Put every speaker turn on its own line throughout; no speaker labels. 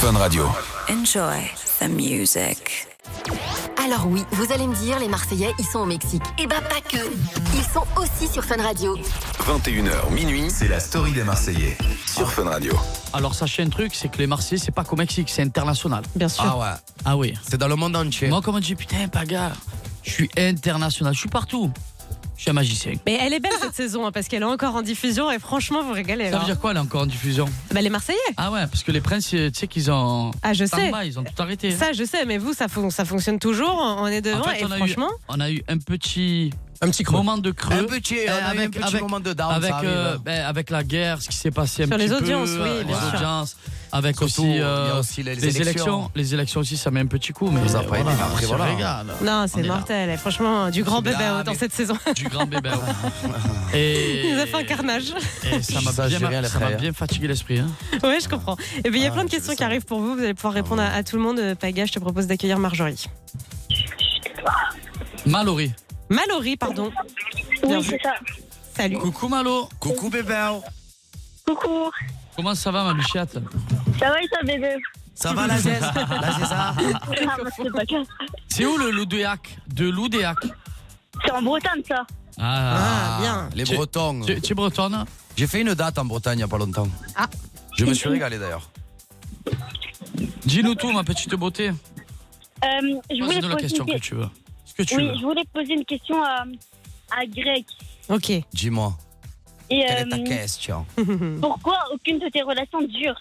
Fun Radio.
Enjoy the music.
Alors oui, vous allez me dire, les Marseillais, ils sont au Mexique. Eh ben pas que. Ils sont aussi sur Fun Radio.
21h minuit, c'est la story des Marseillais sur Fun Radio.
Alors sachez un truc, c'est que les Marseillais, c'est pas qu'au Mexique, c'est international.
Bien sûr.
Ah ouais,
Ah oui.
c'est dans le monde entier.
Moi, comme on dit, putain, Paga, je suis international, je suis partout. Je suis un magicien.
Mais elle est belle cette saison hein, parce qu'elle est encore en diffusion et franchement vous régalez.
Ça
là.
veut dire quoi là encore en diffusion
Bah, les Marseillais.
Ah ouais, parce que les princes, euh, tu sais qu'ils ont.
Ah je sais.
Stand-by, ils ont tout arrêté. hein.
Ça je sais, mais vous ça, fon- ça fonctionne toujours. On est devant
fait,
et
on a eu-
franchement.
On a eu un petit
Un petit creux.
moment de creux.
Un petit,
Eh,
on a eu un petit moment de down,
avec,
ça arrive.
euh, ben, avec la guerre, ce qui s'est passé un
Sur
petit
les
peu,
audiences, oui,
euh,
bien
les
sûr.
audiences, avec
Surtout,
aussi,
il y a
euh,
aussi les
élections.
élections.
les élections aussi, ça met un petit coup, mais
ça, après, mais après,
ça
voilà.
régale.
Non,
On
c'est
est là.
mortel. Et franchement, du grand
C'est
bébé
là,
dans
mais-
cette saison.
du grand bébé. ouais. Et,
Il nous a fait un carnage.
et ça m'a
Ça, j'ai rien
bien,
à
ça m'a
faire.
bien fatigué l'esprit. hein.
ouais, je comprends. Et bien, il y a plein de
je
questions
le
qui
sens.
arrivent pour vous. Vous allez pouvoir répondre à, à tout le monde. Euh, Paga, je te propose d'accueillir Marjorie.
Mallory.
Mallory, pardon. Bien
Oui,
vu.
c'est ça.
Salut.
Coucou Malo.
Coucou bébé.
Coucou.
Comment ça va ma bichette
Ça va et toi, bébé
Ça va la zeste La ça
Ah, bah, C'est pas grave.
C'est où le Loudéac De Loudéac.
C'est en Bretagne, ça.
Ah.
Ah, bien.
Les
Tu-
Bretons.
Tu, tu es bretonne
J'ai fait une date en Bretagne il n'y a pas longtemps.
Ah.
Je me suis régalé d'ailleurs.
Dis-nous tout ma petite beauté.
Euh, je voulais
Pose-nous la
poser
question
une...
que
que-
tu veux. Ce que tu
Oui,
veux.
je voulais poser une question à, à Greg.
Ok.
Dis-moi,
Et
quelle est ta
euh,
question
oh
pourquoi aucune de tes relations dure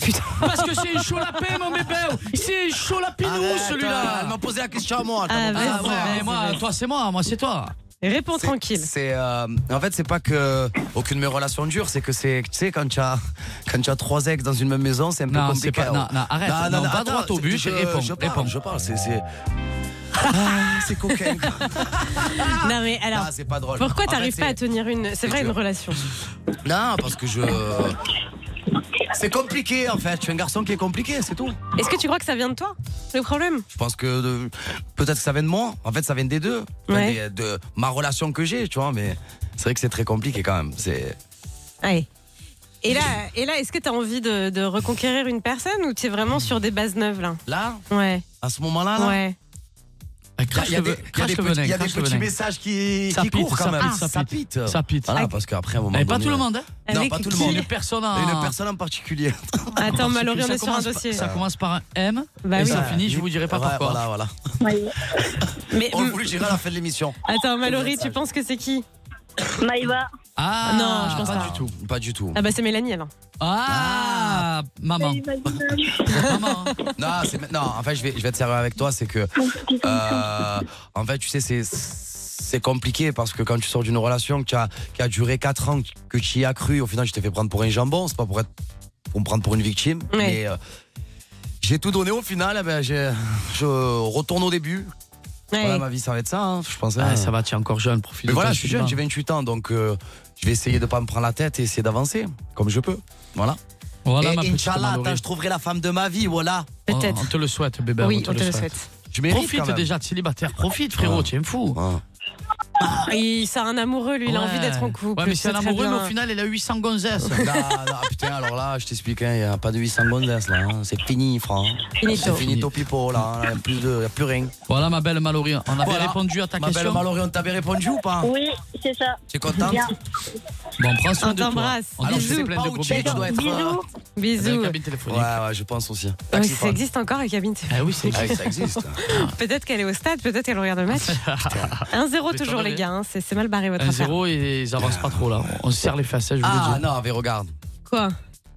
putain.
Parce que c'est chaud la paix, mon bébé. C'est chaud la pinou,
euh, Elle
celui-là.
m'a posé la question à moi.
Ah,
t'as compris
vas-y,
Ah ouais,
vas-y,
mais moi,
vas-y.
toi, c'est moi, moi, c'est toi.
Réponds
C'est-
tranquille.
C'est euh, en fait c'est pas que aucune de mes relations dure, c'est que c'est tu sais quand tu as quand tu as trois ex dans une même maison, c'est un peu
Non, c'est
compliqué.
pas. Non, non, arrête. Non, va
attends,
droit au
c'est-
but
je,
et réponds.
Je parle,
réponds.
je parle, c'est c'est Ah, c'est coquin.
Non, mais alors.
Ah, c'est pas drôle.
Pourquoi
En
t'arrives
fait,
pas à
c'est-
tenir une. C'est vrai, une
dur.
relation.
Non, parce que je c'est compliqué en fait. Je suis un garçon qui est compliqué, c'est tout.
Est-ce que tu crois que ça vient de toi Le problème
Je pense que de- peut-être que ça vient de moi. En fait, ça vient des deux. Enfin,
Ouais.
des- de ma relation que j'ai, tu vois. Mais c'est vrai que c'est très compliqué quand même. C'est
Ouais. Et là, et là est-ce que t'as envie de, de reconquérir une personne ou t'es vraiment sur des bases neuves là
là,
Ouais.
à ce moment-là, là,
Ouais.
Ah,
Là,
Crache
Il y a
le
des,
ve-
il y a
crache
des
le
petits, il y
venin,
a des
crache le
petits
venin.
messages qui,
Ça
qui
pite,
courent
ça
quand même.
pite, ça pite. Ça pite.
Voilà,
Ah,
parce qu'après, à un moment
Mais
donné, euh,
pas tout le monde, Ah. hein.
Non,
Avec
pas tout le
qui
monde.
Une personne en...
Et une personne en particulier.
Attends, Mallory, on
Ça
est sur un
commence par-
dossier.
Ça commence par un M.
Bah
et
oui.
ça finit, je vous dirai pas
Ouais,
pourquoi.
Voilà, voilà.
Mais
Oh,
hum,
On vous le dira à la fin de l'émission.
attends, Mallory, tu penses que c'est qui
Maïva,
Ah,
Non, je pense
pas
pas.
du tout.
Pas du tout.
Ah bah c'est Mélanie alors.
Ah, maman.
Ah,
maman.
Non, c'est- non, en fait, je vais, je vais être sérieux avec toi. C'est que. euh, en fait, tu sais, c'est. C'est compliqué parce que quand tu sors d'une relation que tu as- qui a duré 4 ans, que tu y as cru, au final, je t'ai fait prendre pour un jambon. C'est pas pour, être, pour me prendre pour une victime.
Ouais.
Mais euh, j'ai tout donné au final. eh ben, j'ai- je retourne au début.
Ouais.
Voilà, ma vie, ça va être ça. hein, je pense.
Ah,
hein.
ça va, tu es encore jeune, profite.
Mais
de
voilà,
ton
je suis
cinéma.
jeune, j'ai 28 ans, donc euh, je vais essayer de pas me prendre la tête et essayer d'avancer comme je peux. Voilà.
Voilà,
et
ma petite
Inch'Allah,
Mallory.
attends, je trouverai la femme de ma vie, voilà.
On-
Peut-être.
On te le souhaite, bébé.
oui, on te le souhaite.
Je mérite quand
Profite
même.
déjà de célibataire, profite frérot,
Ah.
tu es un fou.
Ouais.
Il ça a un amoureux lui, il a
Ouais.
envie d'être en couple.
Ouais, mais c'est un
très
amoureux,
bien.
mais au final, elle a 800 gonzesses.
Non, non, putain, alors là, je t'explique, hein, il n'y a pas de 800 gonzesses là. hein. C'est fini, Franck.
Finito.
C'est finito pipo là, hein. il n'y a plus rien.
voilà, ma belle Mallory, on avait
Voilà.
répondu à ta
Ma belle
question. Oh.
Mallory, on t'avait répondu ou pas
oui, c'est ça.
Tu es
Hein
contente
Bien.
Bon, prends
On
soin de toi.
t'embrasse.
On
Alors, je
t'embrasse.
sais
plein
pas
de
où
gros
tu es, tu
bisous.
dois être.
Bisous.
Dans la
Bisous.
cabine téléphonique.
Ouais, ouais, je pense aussi.
Ouais,
Taxi,
ça
Franck.
existe encore la cabine.
Ah oui, c'est
Ah, ça existe.
Peut-être qu'elle est au stade, peut-être qu'elle regarde le match. 1-0 toujours les gars, hein. c'est c'est mal barré votre
Un
affaire.
zéro et ils avancent pas trop là. On se serre les faces, hein, je vous
Ah
le dis.
non, mais regarde.
Quoi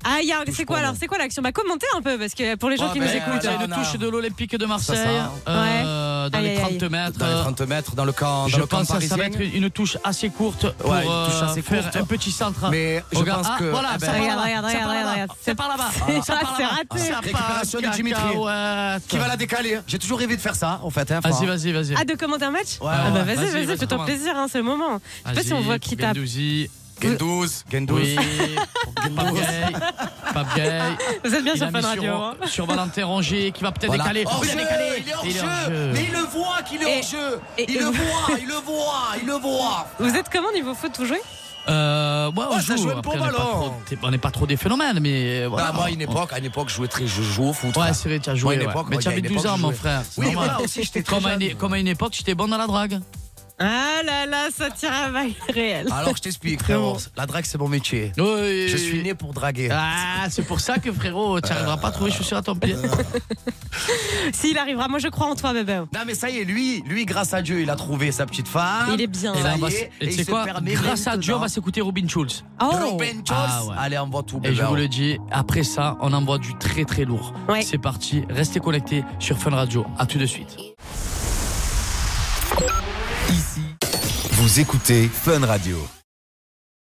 Ah, y a- c'est quoi alors C'est quoi l'action Bah commentez un peu parce que pour les gens
Ah,
Ouais,
qui
mais
nous
euh,
écoutent.
Il y a
non,
une
non.
touche de l'Olympique de Marseille
Ça,
euh, dans
Aïe,
les
aïe, aïe.
30 mètres.
Dans les 30 mètres, dans le camp, dans
je
le camp
pense que ça va
parisien.
être une touche assez courte pour
Ouais, une touche
euh,
assez
faire
courte.
un petit centre.
Mais je
Regarde,
pense
ah,
que.
voilà,
eh ben,
ça part
Regarde,
là-bas,
regarde,
ça part
regarde,
là-bas,
regarde.
C'est par là-bas.
Ah,
Ça part
c'est
là-bas.
raté.
Ça part
Récupération de Dimitri.
cacahuète.
qui va la décaler hein? J'ai toujours rêvé de faire ça, en fait. Hein, Franck.
Vas-y, vas-y, vas-y.
Ah, de commenter un match
Ouais,
Ah
ouais.
bah vas-y,
Vas-y,
vas-y,
vas-y,
fais-toi
commande.
plaisir, hein, c'est le moment. Je sais pas si on voit qui
Vas-y, pour
tape.
Guendouzi.
Gendouzi, Gendouzi.
Oui. pour Pape Gay. Pape Gay.
Vous êtes bien
Il
sur
a
Fun
mis
Radio. hein.
Sur, sur Valentin Rongier qui va peut-être
Voilà.
décaler.
Hors
il a
jeu,
décalé.
il est hors
Il est hors
jeu.
jeu.
Mais il le voit qu'il est
Et-
hors jeu.
et-
il
et-
le voit, il le voit, il le voit.
Vous êtes comment niveau foot, vous jouez
Euh, ouais, on
Oh, ça
joue.
jouait le
Après,
bon
on n'est pas
ballon.
trop- t'es- On n'est pas trop des phénomènes, mais euh, voilà.
Ah, moi, à une époque, à une époque, je jouais très, je jouais au foot.
Ouais,
frère.
c'est vrai, tu as joué.
Moi, à une
ouais.
époque,
mais
moi,
tu
il y a
avais
une
12
époque,
ans,
je
mon
jouais.
frère. c'est
Oui,
normal.
voilà, aussi, j'étais très
comme, à
jeune.
une, comme à une époque, j'étais bon dans la drague.
Ah là là, ça tire à balle réel.
Alors, je t'explique, frérot. La drague, c'est mon métier.
Oui.
Je suis né Euh, pour draguer.
Ah, c'est pour ça que frérot, tu n'arriveras pas à trouver chaussures à ton pied.
S'il arrivera, moi je crois en toi, bébé.
Non, mais ça y est, lui, lui, grâce à Dieu, il a trouvé sa petite femme.
Il est bien.
Et
Ça
là, on va
y
s-
est,
et tu
et il
sais
se
quoi
permet
Grâce à Dieu, on
maintenant.
va s'écouter Robin Schulz.
Oh
Robin Jones.
Ah, ouais.
Allez, envoie tout.
Et je
bébé.
vous le dis, après ça, on envoie du très très lourd.
Ouais.
C'est parti, restez connectés sur Fun Radio. À tout de suite.
Vous écoutez Fun Radio.